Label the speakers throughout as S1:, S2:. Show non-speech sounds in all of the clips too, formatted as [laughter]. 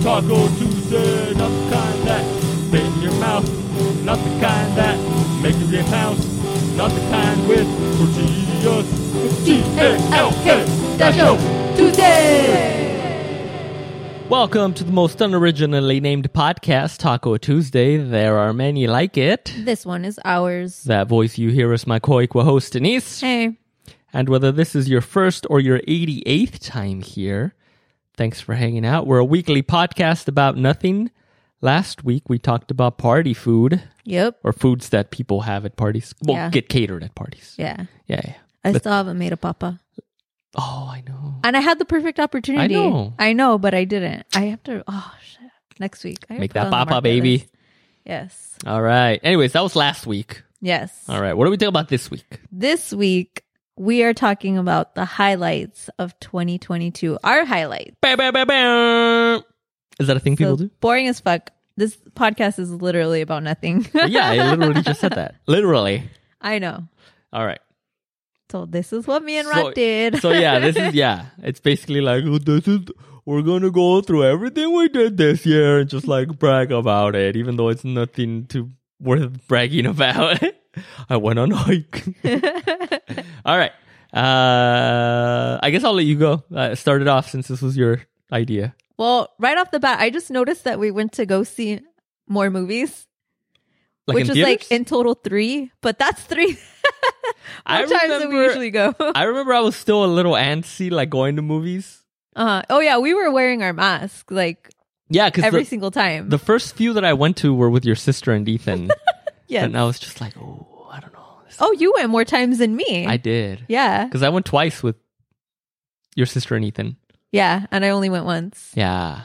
S1: Taco Tuesday, not the kind that spit in your mouth, not the kind that make you get house, not the kind with tortillas. T-A-L-K, dash O,
S2: Welcome to the most unoriginally named podcast, Taco Tuesday. There are many like it.
S3: This one is ours.
S2: That voice you hear is my Koikwa host, Denise.
S3: Hey,
S2: And whether this is your first or your 88th time here, thanks for hanging out. We're a weekly podcast about nothing. Last week we talked about party food
S3: yep,
S2: or foods that people have at parties. Well,
S3: Yeah.
S2: get catered at parties.
S3: yeah.
S2: Yeah. yeah.
S3: I
S2: But-
S3: still haven't made a papa,
S2: oh, I know.
S3: and I had the perfect opportunity.
S2: I know.
S3: I know, but I didn't. I have to. Oh shit! Next week, I gotta
S2: Make
S3: put
S2: that
S3: it on the
S2: papa,
S3: market
S2: baby.
S3: list. Yes,
S2: All right. Anyways, that was last week.
S3: yes.
S2: All right. What are we talking about this week?
S3: This week we are talking about the highlights of 2022. Our highlights.
S2: Bam, bam, bam, bam. Is that a thing people
S3: So
S2: do?
S3: boring as fuck. This podcast is literally about nothing.
S2: yeah, I
S3: [laughs]
S2: literally just said that. [laughs] Literally.
S3: I know.
S2: All right.
S3: So this is what me and
S2: So-
S3: Rod did.
S2: So yeah, this is yeah. It's basically like "Oh, this is we're gonna go through everything we did this year and just like brag about it, even though it's nothing to worth bragging about. [laughs] I went on a
S3: [laughs]
S2: hike. All right. Uh, I guess I'll let you go. Uh, start it off since this was your idea.
S3: [laughs] Well, right off the bat, I just noticed that we went to go see more movies,
S2: Like
S3: which
S2: in
S3: was
S2: theaters?
S3: like in total three, but that's three [laughs]
S2: I
S3: times that we
S2: remember-
S3: usually go. [laughs]
S2: I remember I was still a little antsy, like going to movies.
S3: Uh, oh yeah, we were wearing our masks like
S2: Yeah, because
S3: every
S2: the,
S3: single time.
S2: the first few that I went to were with your sister and Ethan,
S3: [laughs] Yes.
S2: and I was just like, oh, I don't know. This-
S3: Oh, you went more times than me.
S2: I did.
S3: yeah,
S2: Because I went twice with your sister and Ethan.
S3: yeah, and I only went once.
S2: Yeah.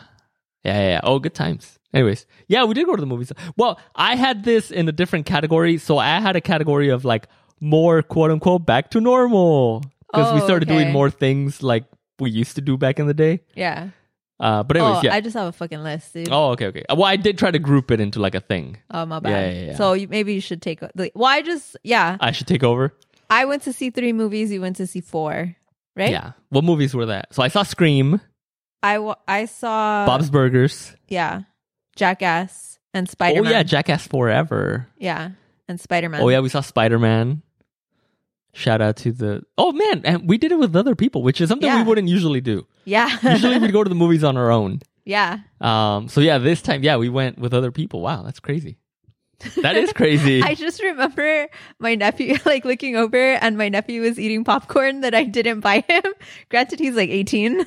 S2: Yeah, yeah, yeah. Oh, good times. Anyways, yeah, we did go to the movies. Well, I had this in a different category. So I had a category of like more quote unquote back to normal. Because we
S3: Oh,
S2: started doing
S3: okay.
S2: more things like we used to do back in the day.
S3: Yeah.
S2: Uh, but, anyways,
S3: oh,
S2: yeah.
S3: I just have a fucking list, dude.
S2: [laughs]
S3: Oh,
S2: oh, okay, okay. Well, I did try to group it into like a thing.
S3: my bad.
S2: Yeah, yeah, yeah.
S3: So you, maybe you should take. The, well, I just yeah,
S2: I should take over.
S3: I went to see three movies. You went to see four, right?
S2: Yeah. What movies were that? So I saw Scream,
S3: I wa- I saw
S2: Bob's Burgers.
S3: Yeah. Jackass and Spider Man.
S2: Oh, yeah, Jackass Forever.
S3: yeah. And Spider Man.
S2: Oh yeah, we saw Spider Man. Shout out to the oh man, and we did it with other people, which is something
S3: Yeah.
S2: we wouldn't usually do. Usually
S3: Yeah. [laughs]
S2: we'd go to the movies on our own.
S3: yeah.
S2: Um, so yeah, this time, yeah, we went with other people. Wow, that's crazy. That is crazy.
S3: [laughs] I just remember my nephew [laughs] like looking over and my nephew was eating popcorn that I didn't buy him. [laughs] Granted he's like 18.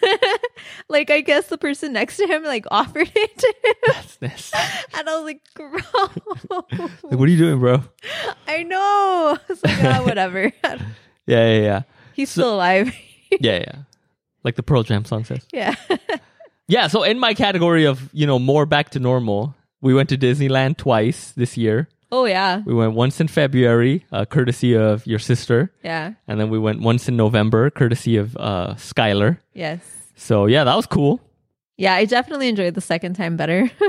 S3: [laughs] like I guess the person next to him like [laughs] offered it to him [laughs]
S2: That's this.
S3: and I was like,
S2: Like,
S3: "Gross."
S2: what are you doing, bro?
S3: [laughs] I know. [laughs] I was like,
S2: [laughs]
S3: "Ah, whatever. [laughs]
S2: Yeah, yeah, yeah,
S3: he's still alive. [laughs]
S2: yeah, yeah. Like the Pearl Jam song says.
S3: yeah. [laughs]
S2: Yeah. So in my category of you know more back to normal, we went to Disneyland twice this year.
S3: Oh yeah.
S2: We went once in February, uh, courtesy of your sister.
S3: Yeah.
S2: and then we went once in November, courtesy of uh, Skylar.
S3: Yes.
S2: So yeah, that was cool.
S3: Yeah, I definitely enjoyed the second time better. [laughs]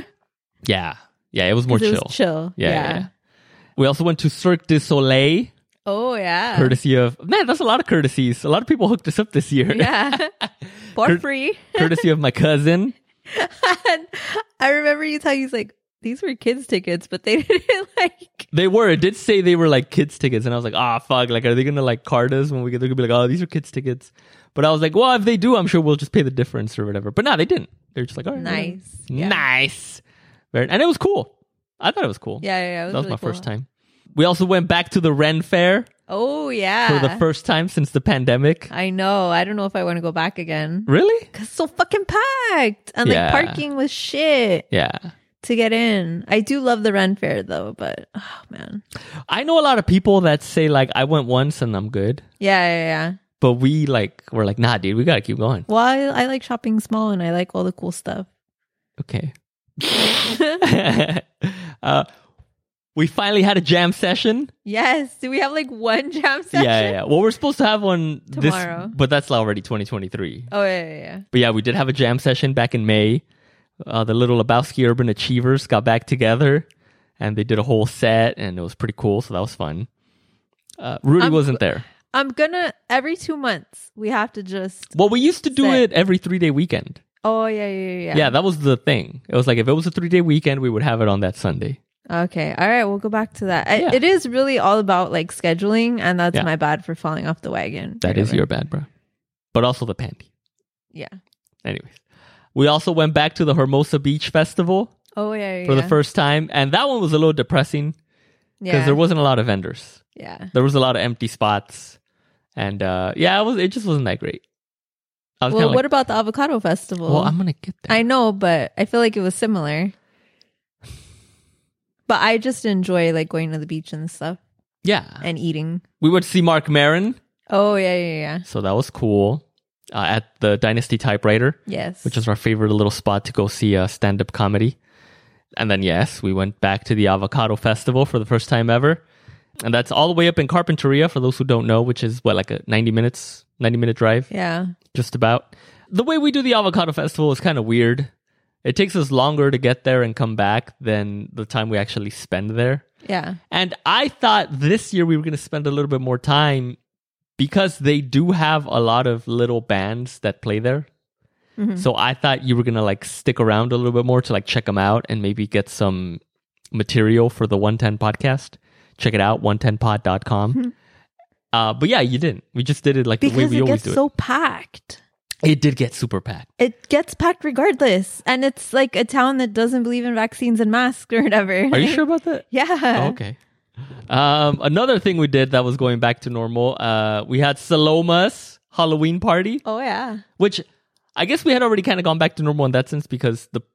S2: Yeah, yeah, it was more chill.
S3: It was chill.
S2: Yeah, yeah, yeah. We also went to Cirque du Soleil,
S3: Oh yeah.
S2: courtesy of man. That's a lot of courtesies. A lot of people hooked us up this year.
S3: Yeah. For
S2: Cur-
S3: free.
S2: [laughs] courtesy of my cousin.
S3: and I remember you telling he's like, these were kids' tickets, but they [laughs] didn't like
S2: They were. It did say they were like kids tickets, and I was like, ah, fuck. Like, are they gonna like card us when we get? They're gonna be like, oh, these are kids tickets. But I was like, well, if they do, I'm sure we'll just pay the difference or whatever. But no, they didn't. They're just like, all right, whatever.
S3: nice. Yeah.
S2: nice, Very- and it was cool. I thought it was cool.
S3: Yeah, yeah, yeah. It
S2: that was
S3: really
S2: my
S3: cool.
S2: first time. We also went back to the Ren Fair
S3: Oh yeah.
S2: for the first time since the pandemic.
S3: I know. I don't know if I want to go back again.
S2: Really?
S3: Cause it's so fucking packed. And
S2: Yeah.
S3: like parking was shit
S2: Yeah.
S3: to get in. I do love the run fair though, but oh man.
S2: I know a lot of people that say like I went once and I'm good,
S3: Yeah, yeah, yeah.
S2: but we like we're like nah, dude, we gotta keep going.
S3: Well, I, I like shopping small and I like all the cool stuff. [laughs]
S2: Okay. uh, we finally had a jam session.
S3: Yes. Do we have like one [laughs] jam
S2: Yeah,
S3: session?
S2: yeah, yeah. Well, we're supposed to have one
S3: Tomorrow.
S2: this, but that's already 2023.
S3: Oh yeah, yeah, yeah.
S2: But yeah, we did have a jam session back in May. Uh, the Little Lebowski Urban Achievers got back together, and they did a whole set, and it was pretty cool. So that was fun. Uh, Rudy
S3: I'm-
S2: wasn't there.
S3: I'm gonna every two months we have to just
S2: Well, we used to do
S3: Set.
S2: it every three day weekend.
S3: Oh yeah, yeah, yeah.
S2: Yeah. that was the thing. It was like if it was a three day weekend, we would have it on that Sunday.
S3: Okay. All right. We'll go back to that. I,
S2: Yeah.
S3: It is really all about like scheduling, and that's
S2: Yeah.
S3: my bad for falling off the wagon.
S2: That is
S3: Whatever.
S2: your bad, bro. But also the panty.
S3: Yeah.
S2: Anyways, we also went back to the Hermosa Beach Festival
S3: Oh yeah. yeah
S2: for
S3: yeah.
S2: the first time, and that one was a little depressing because
S3: Yeah.
S2: there wasn't a lot of vendors.
S3: yeah.
S2: There was a lot of empty spots, and uh, yeah, it was. It just wasn't that great. I was
S3: Well,
S2: kinda like,
S3: what about the avocado festival?
S2: well, I'm gonna get that.
S3: I know, but I feel like it was similar. But I just enjoy like going to the beach and stuff
S2: yeah,
S3: and eating.
S2: we went to see Mark Marin,
S3: Oh yeah, yeah, yeah.
S2: so that was cool uh, at the Dynasty Typewriter.
S3: Yes.
S2: which is our favorite little spot to go see uh, stand up comedy. And then, yes, we went back to the Avocado Festival for the first time ever. And that's all the way up in Carpinteria, for those who don't know, which is what, like a 90 minutes, 90 minute drive,
S3: yeah.
S2: just about. The way we do the Avocado Festival is kind of weird. It takes us longer to get there and come back than the time we actually spend there.
S3: Yeah.
S2: And I thought this year we were going to spend a little bit more time because they do have a lot of little bands that play there.
S3: Mm-hmm.
S2: So I thought you were going to like stick around a little bit more to like check them out and maybe get some material for the 110 podcast. Check it out 110pod.com. uh but yeah, you didn't. We just did it like the way
S3: Mm-hmm. Because
S2: we
S3: it
S2: always
S3: gets
S2: do
S3: so packed.
S2: it. It did get super packed.
S3: It gets packed regardless. And it's like a town that doesn't believe in vaccines and masks or whatever.
S2: Are you sure about that?
S3: Yeah.
S2: Oh, okay. Um, another thing we did that was going back to normal. Uh, we had Saloma's Halloween party,
S3: Oh yeah.
S2: which I guess we had already kind of gone back to normal in that sense because the p-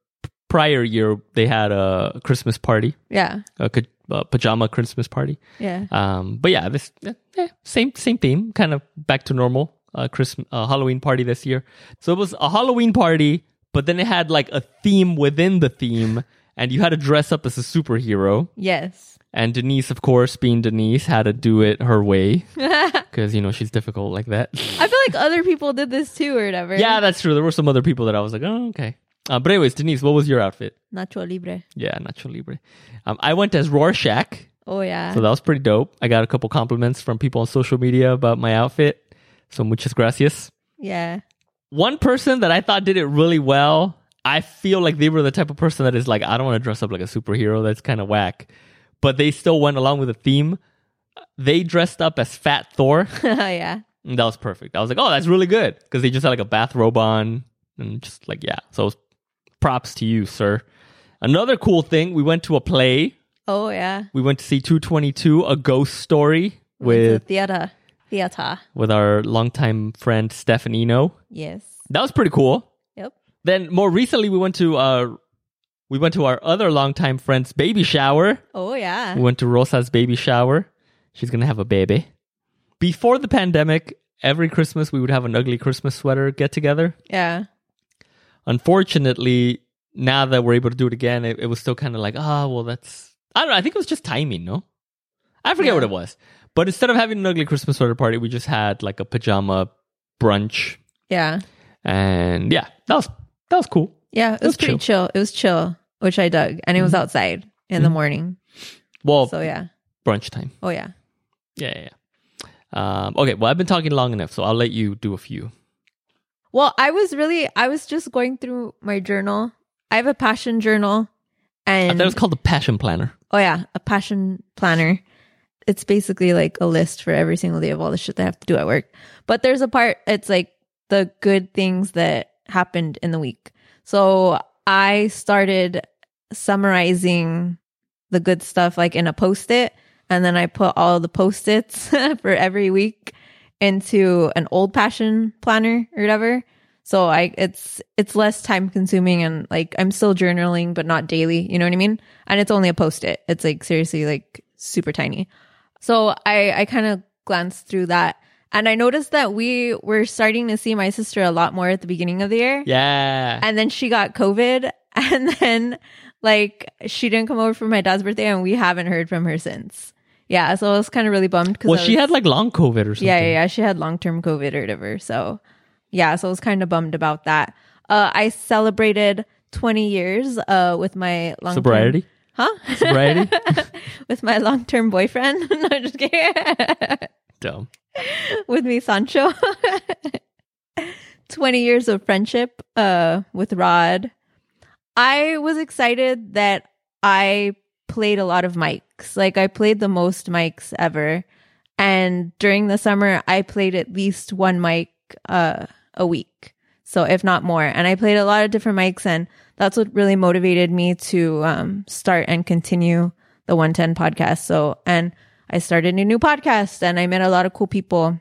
S2: prior year they had a Christmas party,
S3: Yeah.
S2: a ca- uh, pajama Christmas party.
S3: Yeah.
S2: Um, but yeah, this eh, eh, same same theme, kind of back to normal. Uh, Christmas uh, Halloween party this year, so it was a Halloween party, but then it had like a theme within the theme, and you had to dress up as a superhero. [sniffs]
S3: Yes.
S2: And Denise, of course, being Denise, had to do it her way because you know she's difficult like that.
S3: I feel like other people did this too or whatever.
S2: yeah, that's true. There were some other people that I was like, oh, okay. Uh, but anyways, Denise, what was your outfit?
S3: Nacho libre.
S2: Yeah, Nacho Libre. Uh-huh. Um, I went as Rorschach,
S3: Oh yeah.
S2: so that was pretty dope. I got a couple compliments from people on social media about my outfit, so muchas gracias.
S3: yeah. [laughs]
S2: One person that I thought did it really well, I feel like they were the type of person that is like, I don't want to dress up like a superhero. That's kind of whack. But they still went along with the theme. They dressed up as Fat Thor.
S3: Oh, yeah.
S2: And that was perfect. I was like, oh, that's really good. Because they just had like a bathrobe on and just like, yeah. So it was props to you, sir. Another cool thing, we went to a play.
S3: Oh yeah.
S2: We went to see 222, A Ghost Story
S3: The
S2: with
S3: theater. Theater.
S2: with our longtime friend Stefanino.
S3: Yes.
S2: That was pretty cool.
S3: Yep.
S2: Then more recently we went to uh we went to our other longtime friend's baby shower.
S3: Oh
S2: We
S3: yeah.
S2: went to Rosa's baby shower. She's gonna have a baby. Before the pandemic, every Christmas we would have an ugly Christmas sweater get together.
S3: Yeah.
S2: Unfortunately, now that we're able to do it again, it, it was still kind of like, ah, well, that's I don't know. I think it was just timing, no? I forget
S3: Yeah.
S2: what it was. But instead of having an ugly Christmas sweater party, we just had like a pajama brunch,
S3: Yeah.
S2: and yeah, that was that was cool.
S3: Yeah. It was,
S2: was
S3: pretty chill. It was chill, which I dug. And it
S2: Mm-hmm.
S3: was outside in the morning.
S2: Well,
S3: So yeah.
S2: brunch time.
S3: Oh yeah.
S2: Yeah, yeah. yeah. Um, okay, well, I've been talking long enough, so I'll let you do a few.
S3: Well, I was really I was just going through my journal. I have a passion journal
S2: I
S3: and
S2: thought it was called the Passion Planner.
S3: oh yeah, a passion planner. It's basically like a list for every single day of all the shit that I have to do at work. But there's a part it's like the good things that happened in the week. So I started summarizing the good stuff like in a post it and then I put all the post its [laughs] for every week into an old passion planner or whatever. So I it's it's less time consuming and like I'm still journaling but not daily, you know what I mean? And it's only a post it. It's like seriously like super tiny. So I I kind of glanced through that and I noticed that we were starting to see my sister a lot more at the beginning of the year.
S2: Yeah.
S3: And then she got COVID [laughs] and then like she didn't come over for my dad's birthday and we haven't heard from her since. Yeah, so I was kind of really bummed because
S2: well, she had like long COVID or something.
S3: yeah, yeah, yeah. She had long term COVID or whatever. So, yeah, so I was kind of bummed about that. Uh, I celebrated 20 years uh, with my long
S2: Sobriety.
S3: huh? [laughs]
S2: Sobriety.
S3: with my long term boyfriend. [laughs] no, just kidding. [laughs]
S2: Dumb. [laughs]
S3: with me, Sancho. 20 years of friendship uh, with Rod, I was excited that I played a lot of mics. Like, I played the most mics ever. And during the summer, I played at least one mic uh, a week. So, if not more. And I played a lot of different mics. And that's what really motivated me to um, start and continue the 110 podcast. So, and I started a new podcast and I met a lot of cool people.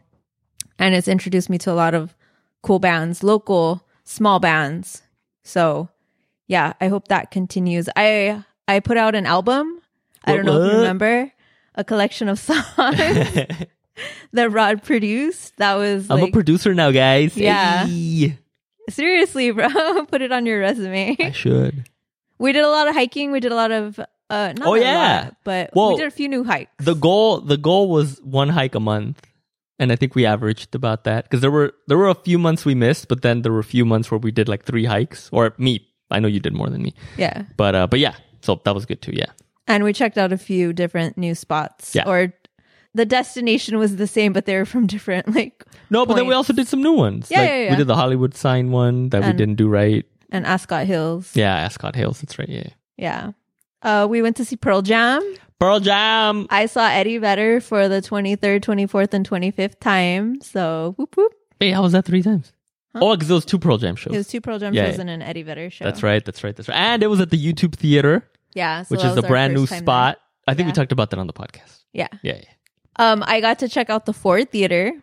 S3: And it's introduced me to a lot of cool bands, local, small bands. So, yeah, I hope that continues. I I put out an album. I don't know if
S2: What?
S3: you remember a collection of [laughs] songs that Rod produced. That was
S2: I'm a
S3: like,
S2: producer now, guys.
S3: Yeah.
S2: Hey.
S3: seriously, [laughs] bro, put it on your resume.
S2: I should.
S3: We did a lot of hiking. We did a lot of uh, not
S2: Oh,
S3: a
S2: yeah.
S3: lot, but
S2: Well,
S3: we did a few new hikes.
S2: the goal the goal was one hike a month and i think we averaged about that because there were there were a few months we missed but then there were a few months where we did like three hikes or me i know you did more than me
S3: yeah,
S2: but uh but yeah so that was good too yeah
S3: and we checked out a few different new spots.
S2: Yeah.
S3: Or the destination was the same, but they were from [laughs] different like
S2: no but then we
S3: Points.
S2: also did some new ones
S3: Yeah,
S2: like
S3: yeah,
S2: we
S3: yeah.
S2: did the hollywood sign one that we
S3: And-
S2: didn't do right
S3: and Ascot Hills.
S2: yeah ascot hills that's right yeah
S3: Yeah. Uh, we went to see Pearl Jam.
S2: pearl jam
S3: I saw Eddie Vedder for the 23rd, 24th, and 25th time. So, whoop whoop.
S2: wait how was that three times
S3: Huh?
S2: oh because it was two pearl jam shows
S3: It was two Pearl Jam
S2: Yeah,
S3: shows
S2: yeah.
S3: and an Eddie Vedder show.
S2: that's right that's right that's right and it was at the youtube theater
S3: Yeah. So
S2: which
S3: that
S2: is a
S3: was our
S2: brand new
S3: first time
S2: spot i think we
S3: Yeah.
S2: talked about that on the podcast
S3: there. Yeah.
S2: yeah, yeah.
S3: Um, I got to check out the Ford Theater.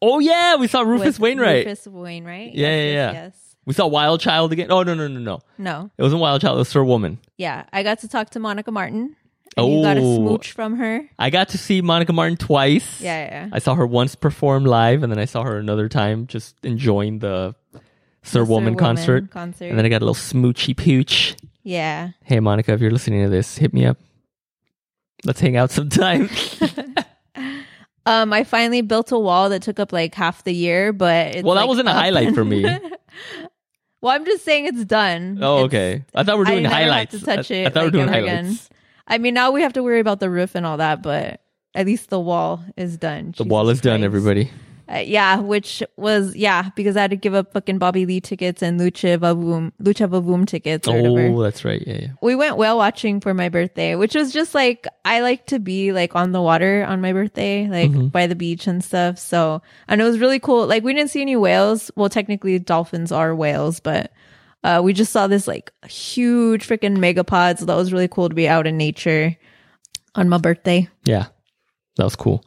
S2: Oh yeah, we saw Rufus
S3: with
S2: Wainwright.
S3: Rufus Wainwright.
S2: Yeah, yeah,
S3: Yes, yes,
S2: yeah.
S3: yes.
S2: We saw Wild Child again. Oh no, no, no, no.
S3: No.
S2: It wasn't Wild Child. It was Sir Woman.
S3: Yeah. I got to talk to Monica Martin. And You got a
S2: Oh.
S3: smooch from her.
S2: I got to see Monica Martin twice.
S3: Yeah, yeah, yeah.
S2: I saw her once perform live, and then I saw her another time just enjoying the Sir,
S3: The
S2: Woman, concert.
S3: Concert.
S2: And then I got a little smoochy pooch.
S3: yeah.
S2: Hey Monica, if you're listening to this, hit me up. Let's hang out
S3: [laughs]
S2: sometime. [laughs]
S3: Um, I finally built a wall that took up like half the year, but it's,
S2: well, that
S3: like,
S2: wasn't a
S3: up
S2: highlight for me.
S3: [laughs] Well, I'm just saying it's done.
S2: Oh,
S3: It's-
S2: okay. I thought we were
S3: I
S2: doing
S3: never have
S2: highlights.
S3: to touch
S2: I- I,
S3: it,
S2: thought we were doing
S3: like, ever again.
S2: highlights.
S3: I mean, now we have to worry about the roof and all that, but at least the wall is done.
S2: The wall is done, everybody.
S3: Uh, yeah, which was yeah because I had to give up fucking Bobby Lee tickets and Lucha Vavoom Lucha Vavoom tickets or whatever.
S2: Oh, that's right. Yeah, yeah.
S3: We went whale watching for my birthday, which was just like I like to be like on the water on my birthday, like by the beach and stuff. So and it was really cool. Like we didn't see any whales. Well, technically dolphins are whales, but uh, we just saw this like huge freaking megapod. So that was really cool to be out in nature on my birthday.
S2: Yeah, that was cool.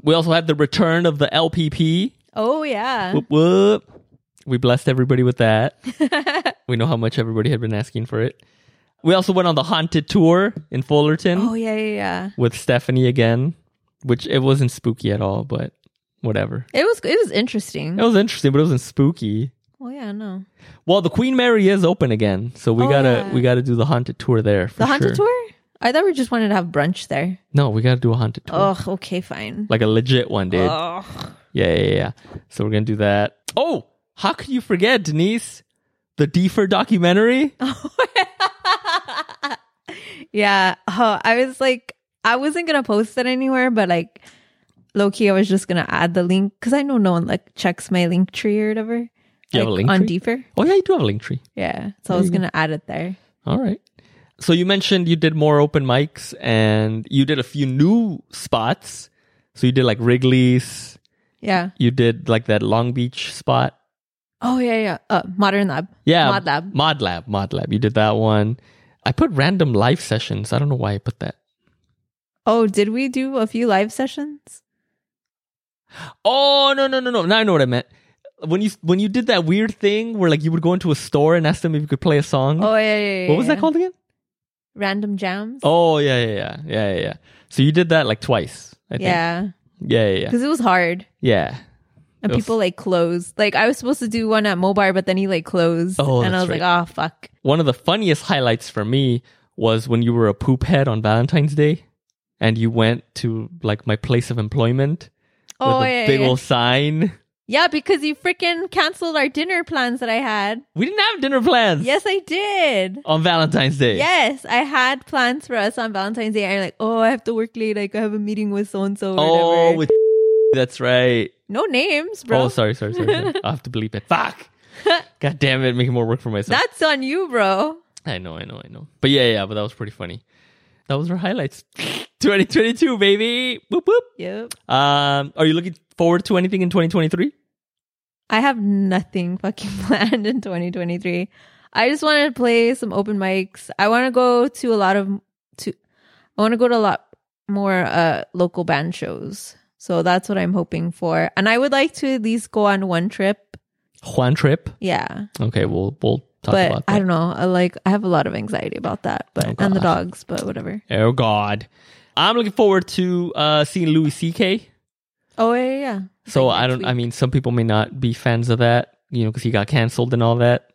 S2: We also had the return of the LPP.
S3: Oh yeah,
S2: Whoop whoop. We blessed everybody with
S3: [laughs]
S2: that. we know how much everybody had been asking for it. We also went on the haunted tour in Fullerton
S3: oh yeah, yeah, yeah.
S2: with Stephanie again, which it wasn't spooky at all, but whatever.
S3: It was it was interesting.
S2: It was interesting, but it wasn't spooky.
S3: Oh yeah, no.
S2: Well, the Queen Mary is open again, so we
S3: Oh,
S2: gotta
S3: yeah.
S2: we gotta do the haunted tour there. For
S3: The haunted
S2: sure.
S3: tour? I thought we just wanted to have brunch there.
S2: No, we gotta do a haunted tour,
S3: Oh, okay, fine.
S2: like a legit one, dude.
S3: Ugh.
S2: Yeah, yeah, yeah. So we're gonna do that. Oh, how could you forget, Denise? The Defer
S3: [laughs]
S2: documentary?
S3: Yeah. Oh, I was like, I wasn't gonna post it anywhere, but like, low key, I was just gonna add the link because I know no one like checks my link tree or whatever.
S2: you have a
S3: like,
S2: link
S3: on
S2: tree?
S3: deeper.
S2: Oh yeah, you do have a link tree.
S3: Yeah. So I was gonna add it there.
S2: All right. So you mentioned you did more open mics and you did a few new spots. So you did like Wrigley's,
S3: Yeah.
S2: you did like that Long Beach spot.
S3: Oh yeah, yeah. Uh, Modern Lab.
S2: Yeah.
S3: Mod Lab.
S2: Mod Lab. Mod Lab. You did that one. I put random live sessions. I don't know why I put that.
S3: Oh, did we do a few live sessions?
S2: Oh no no no no! Now I know what I meant. When you when you did that weird thing where like you would go into a store and ask them if you could play a song.
S3: Oh yeah, yeah. yeah
S2: Mm-hmm. what was that
S3: yeah.
S2: called again?
S3: Random jams.
S2: Oh yeah yeah yeah yeah yeah. yeah. So you did that like twice. I think.
S3: yeah,
S2: yeah yeah yeah.
S3: because it was hard.
S2: yeah.
S3: And
S2: Oof.
S3: people like closed. Like I was supposed to do one at Mobile, but then he like closed.
S2: Oh,
S3: and I
S2: that's
S3: was like, oh fuck.
S2: One of the funniest highlights for me was when you were a poop head on Valentine's Day, and you went to like my place of employment
S3: Oh
S2: with a
S3: yeah,
S2: big
S3: yeah.
S2: old sign.
S3: yeah, because you freaking canceled our dinner plans that
S2: [laughs]
S3: I had.
S2: We didn't have dinner plans.
S3: Yes, I did.
S2: On Valentine's Day.
S3: Yes, I had plans for us on Valentine's Day. I'm like, oh, I have to work late. Like I have a meeting with so and so.
S2: Oh, with [laughs] That's right.
S3: No names, bro.
S2: Oh, sorry, sorry, sorry. sorry. I have to bleep it.
S3: [laughs]
S2: Fuck. God damn it, making more work for myself.
S3: That's on you, bro.
S2: I know, I know, I know. But yeah, yeah, but that was pretty funny. That was our highlights. [laughs] 2022, baby. Boop boop.
S3: Yep.
S2: Um, are you looking forward to anything in 2023?
S3: I have nothing fucking [laughs] planned in 2023. I just want to play some open mics. I want to go to a lot of to I want to go to a lot more uh local band shows. So that's what I'm hoping for. And I would like to at least go on one trip.
S2: Juan trip.
S3: Yeah.
S2: Okay, we'll we'll talk
S3: but
S2: about that.
S3: I don't know. I like I have a lot of anxiety about that, but
S2: Oh,
S3: and the
S2: gosh.
S3: dogs, but whatever.
S2: Oh God, I'm looking forward to uh, seeing Louis C.K.
S3: Oh yeah, yeah, yeah.
S2: So
S3: Like
S2: I
S3: next
S2: don't. I mean, some people may not be fans of that, you know, because he got canceled and all that.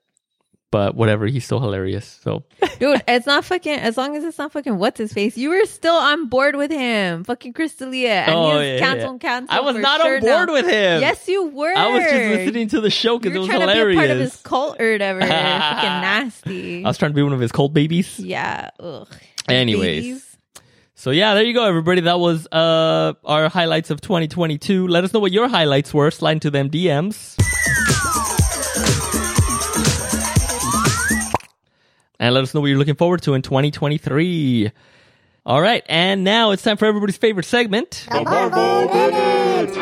S2: But whatever, he's still hilarious. So
S3: week. dude, it's not fucking. As long as it's not fucking what's his face, you were still on board with him, fucking Crystalia, and
S2: Oh, yeah,
S3: he's canceled, canceled.
S2: I was
S3: for
S2: not
S3: sure
S2: on board
S3: now.
S2: with him.
S3: Yes, you were.
S2: I was just listening to the show
S3: You
S2: because
S3: were
S2: it was
S3: trying to be a part of
S2: hilarious.
S3: his cult
S2: [laughs]
S3: or whatever. fucking nasty.
S2: I was trying to be one of his cult babies.
S3: yeah. Ugh.
S2: Anyways.
S3: Babies.
S2: So yeah, there you go, everybody. That was uh our highlights of 2022. Let us know what your highlights were. Slide into them DMs. And let us know what you're looking forward to in 2023. All right, and now it's time for everybody's favorite segment.
S1: The Marvel Minute!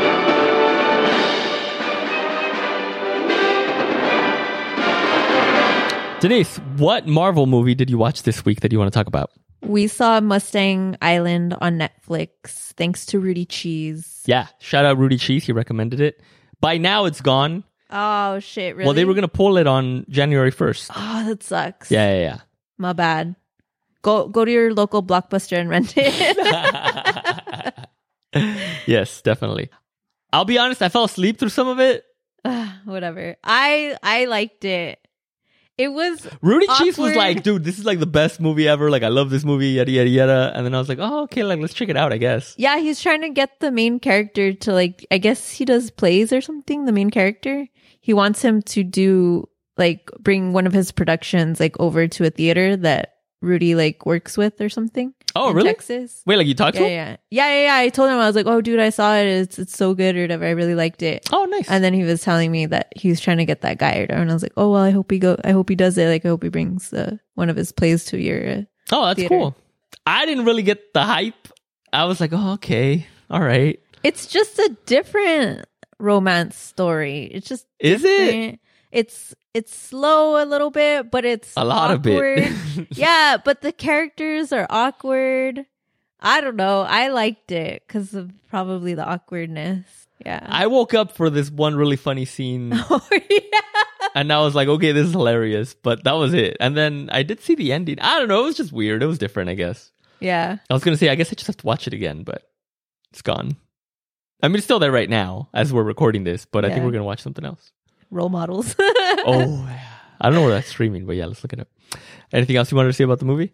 S2: Denise, what Marvel movie did you watch this week that you want to talk about?
S3: we saw Mustang Island on Netflix thanks to Rudy Cheese.
S2: Yeah, shout out Rudy Cheese. He recommended it. By now, it's gone.
S3: Oh shit! Really?
S2: Well, they were gonna pull it on January 1st.
S3: Oh, that sucks.
S2: Yeah, yeah, yeah.
S3: My bad. Go go to your local blockbuster and rent
S2: [laughs]
S3: it.
S2: yes, definitely. I'll be honest, I fell asleep through some of it.
S3: Ugh, [sighs] Whatever. I I liked it. It was
S2: Rudy Cheese was
S3: Awkward.
S2: like, dude, this is like the best movie ever. Like, I love this movie, yada, yada, yada. And then I was like, oh, okay, like, let's check it out, I guess.
S3: yeah. He's trying to get the main character to like. I guess he does plays or something. The main character. He wants him to do like bring one of his productions like over to a theater that Rudy like works with or something.
S2: Oh,
S3: in
S2: really?
S3: Texas.
S2: Wait, like, you talked
S3: Yeah,
S2: to him?
S3: yeah, yeah, yeah, yeah. I told him I was like, "Oh, dude, I saw it. It's it's so good or whatever. I really liked it."
S2: Oh, nice.
S3: And then he was telling me that he was trying to get that guy or whatever. And I was like, "Oh well, I hope he go. I hope he does it. Like, I hope he brings uh, one of his plays to your." Uh,
S2: oh, that's
S3: theater.
S2: cool. I didn't really get the hype. I was like, oh, okay, all right.
S3: it's just a different romance story. It's just
S2: Is it?
S3: different. it's it's slow a little bit, but it's
S2: A lot of it.
S3: awkward.
S2: [laughs]
S3: yeah, but the characters are awkward. I don't know. I liked it because of probably the awkwardness. Yeah.
S2: I woke up for this one really funny
S3: [laughs]
S2: scene
S3: oh yeah.
S2: and I was like, okay, this is hilarious, but that was it. And then I did see the ending. I don't know, it was just weird. It was different, I guess.
S3: Yeah.
S2: I was gonna say, I guess I just have to watch it again, but it's gone. I mean, it's still there right now as we're recording this, but I think
S3: Yeah.
S2: we're gonna watch something else.
S3: Role models. [laughs]
S2: Oh, yeah. I don't know where that's streaming, but yeah, let's look it up. Anything else you wanted to say about the movie?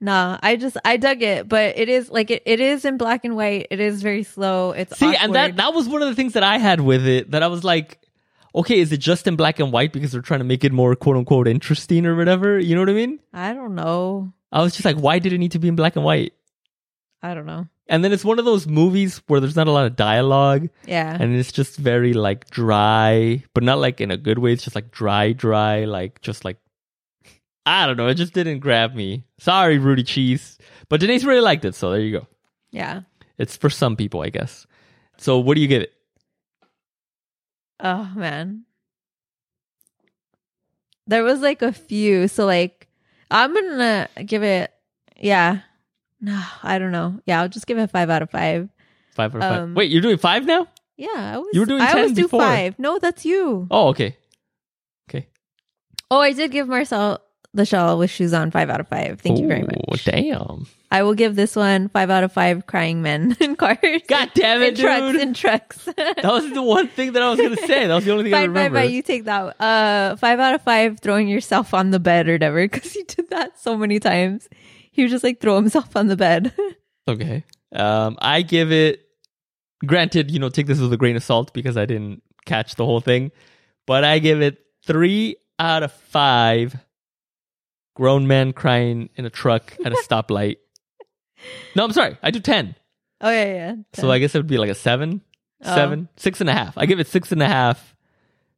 S3: nah, I just I dug it, but it is like it, it is in black and white. It is very slow. It's
S2: See,
S3: awkward.
S2: and that that was one of the things that I had with it that I was like, okay, is it just in black and white because they're trying to make it more quote unquote interesting or whatever? You know what I mean?
S3: I don't know.
S2: I was just like, why did it need to be in black and white?
S3: I don't know.
S2: And then it's one of those movies where there's not a lot of dialogue.
S3: Yeah.
S2: and it's just very like dry, but not like in a good way. It's just like dry, dry, like just like [laughs] I don't know. It just didn't grab me. Sorry, Rudy Cheese, but Denise really liked it, so there you go.
S3: yeah.
S2: It's for some people, I guess. So what do you give it?
S3: Oh man. There was like a few, so like I'm gonna give it yeah. No, I don't know. Yeah, I'll just give it five out of five.
S2: Five out of five.
S3: Um,
S2: Wait, you're doing five now?
S3: Yeah, I was
S2: You were doing
S3: I
S2: 10
S3: always do
S2: before.
S3: five. No, that's you.
S2: Oh, okay, okay.
S3: Oh, I did give Marcel the shawl with shoes on five out of five. Thank you very
S2: Ooh,
S3: much.
S2: Damn.
S3: I will give this one five out of five crying men [laughs] in cars.
S2: God damn
S3: in
S2: it,
S3: trucks,
S2: dude.
S3: in trucks. [laughs]
S2: That was the one thing that I was gonna say. That was the only thing I
S3: Fine, fine,
S2: remember.
S3: fine. You take that. Uh, five out of five throwing yourself on the bed or whatever, [laughs] because he did that so many times. He would just like throw himself on the bed. [laughs]
S2: Okay. Um, I give it. Granted, you know, take this with a grain of salt because I didn't catch the whole thing, but I give it three out of five. Grown men crying in a truck at
S3: [laughs]
S2: a stoplight. no, I'm sorry. I do ten,
S3: oh yeah, yeah.
S2: so I guess it would be like a seven.
S3: Oh.
S2: Seven, six and a half. I give it six and a half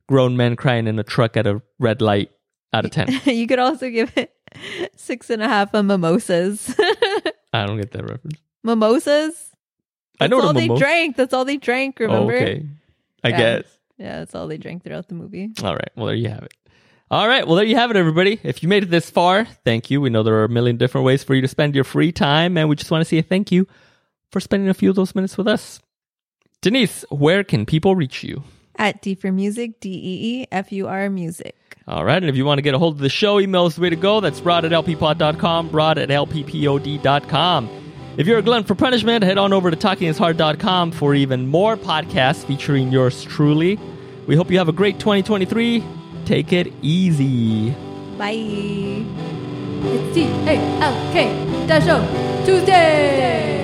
S2: grown men crying in a truck at a red light out of
S3: [laughs]
S2: ten.
S3: [laughs] you could also give it six and a half of mimosas. [laughs]
S2: I don't get that reference.
S3: mimosas.
S2: I know
S3: That's all
S2: what a
S3: they
S2: mimosa.
S3: drank. That's all they drank.
S2: Oh,
S3: Remember?
S2: okay, I
S3: Yeah.
S2: guess.
S3: Yeah, that's all they drank throughout the movie.
S2: All right. Well, there you have it. All right. Well, there you have it, everybody. If you made it this far, thank you. We know there are a million different ways for you to spend your free time, and we just want to say a thank you for spending a few of those minutes with us. Denise, where can people reach you?
S3: At D for Music, D E E F U R Music.
S2: All right. And if you want to get a hold of the show, email is the way to go. That's broad at lppod.com, broad at lppod.com. If you're a glutton for punishment, head on over to talkingishard.com for even more podcasts featuring yours truly. We hope you have a great 2023. Take it easy.
S3: Bye.
S4: It's T A L K Dash O Tuesday.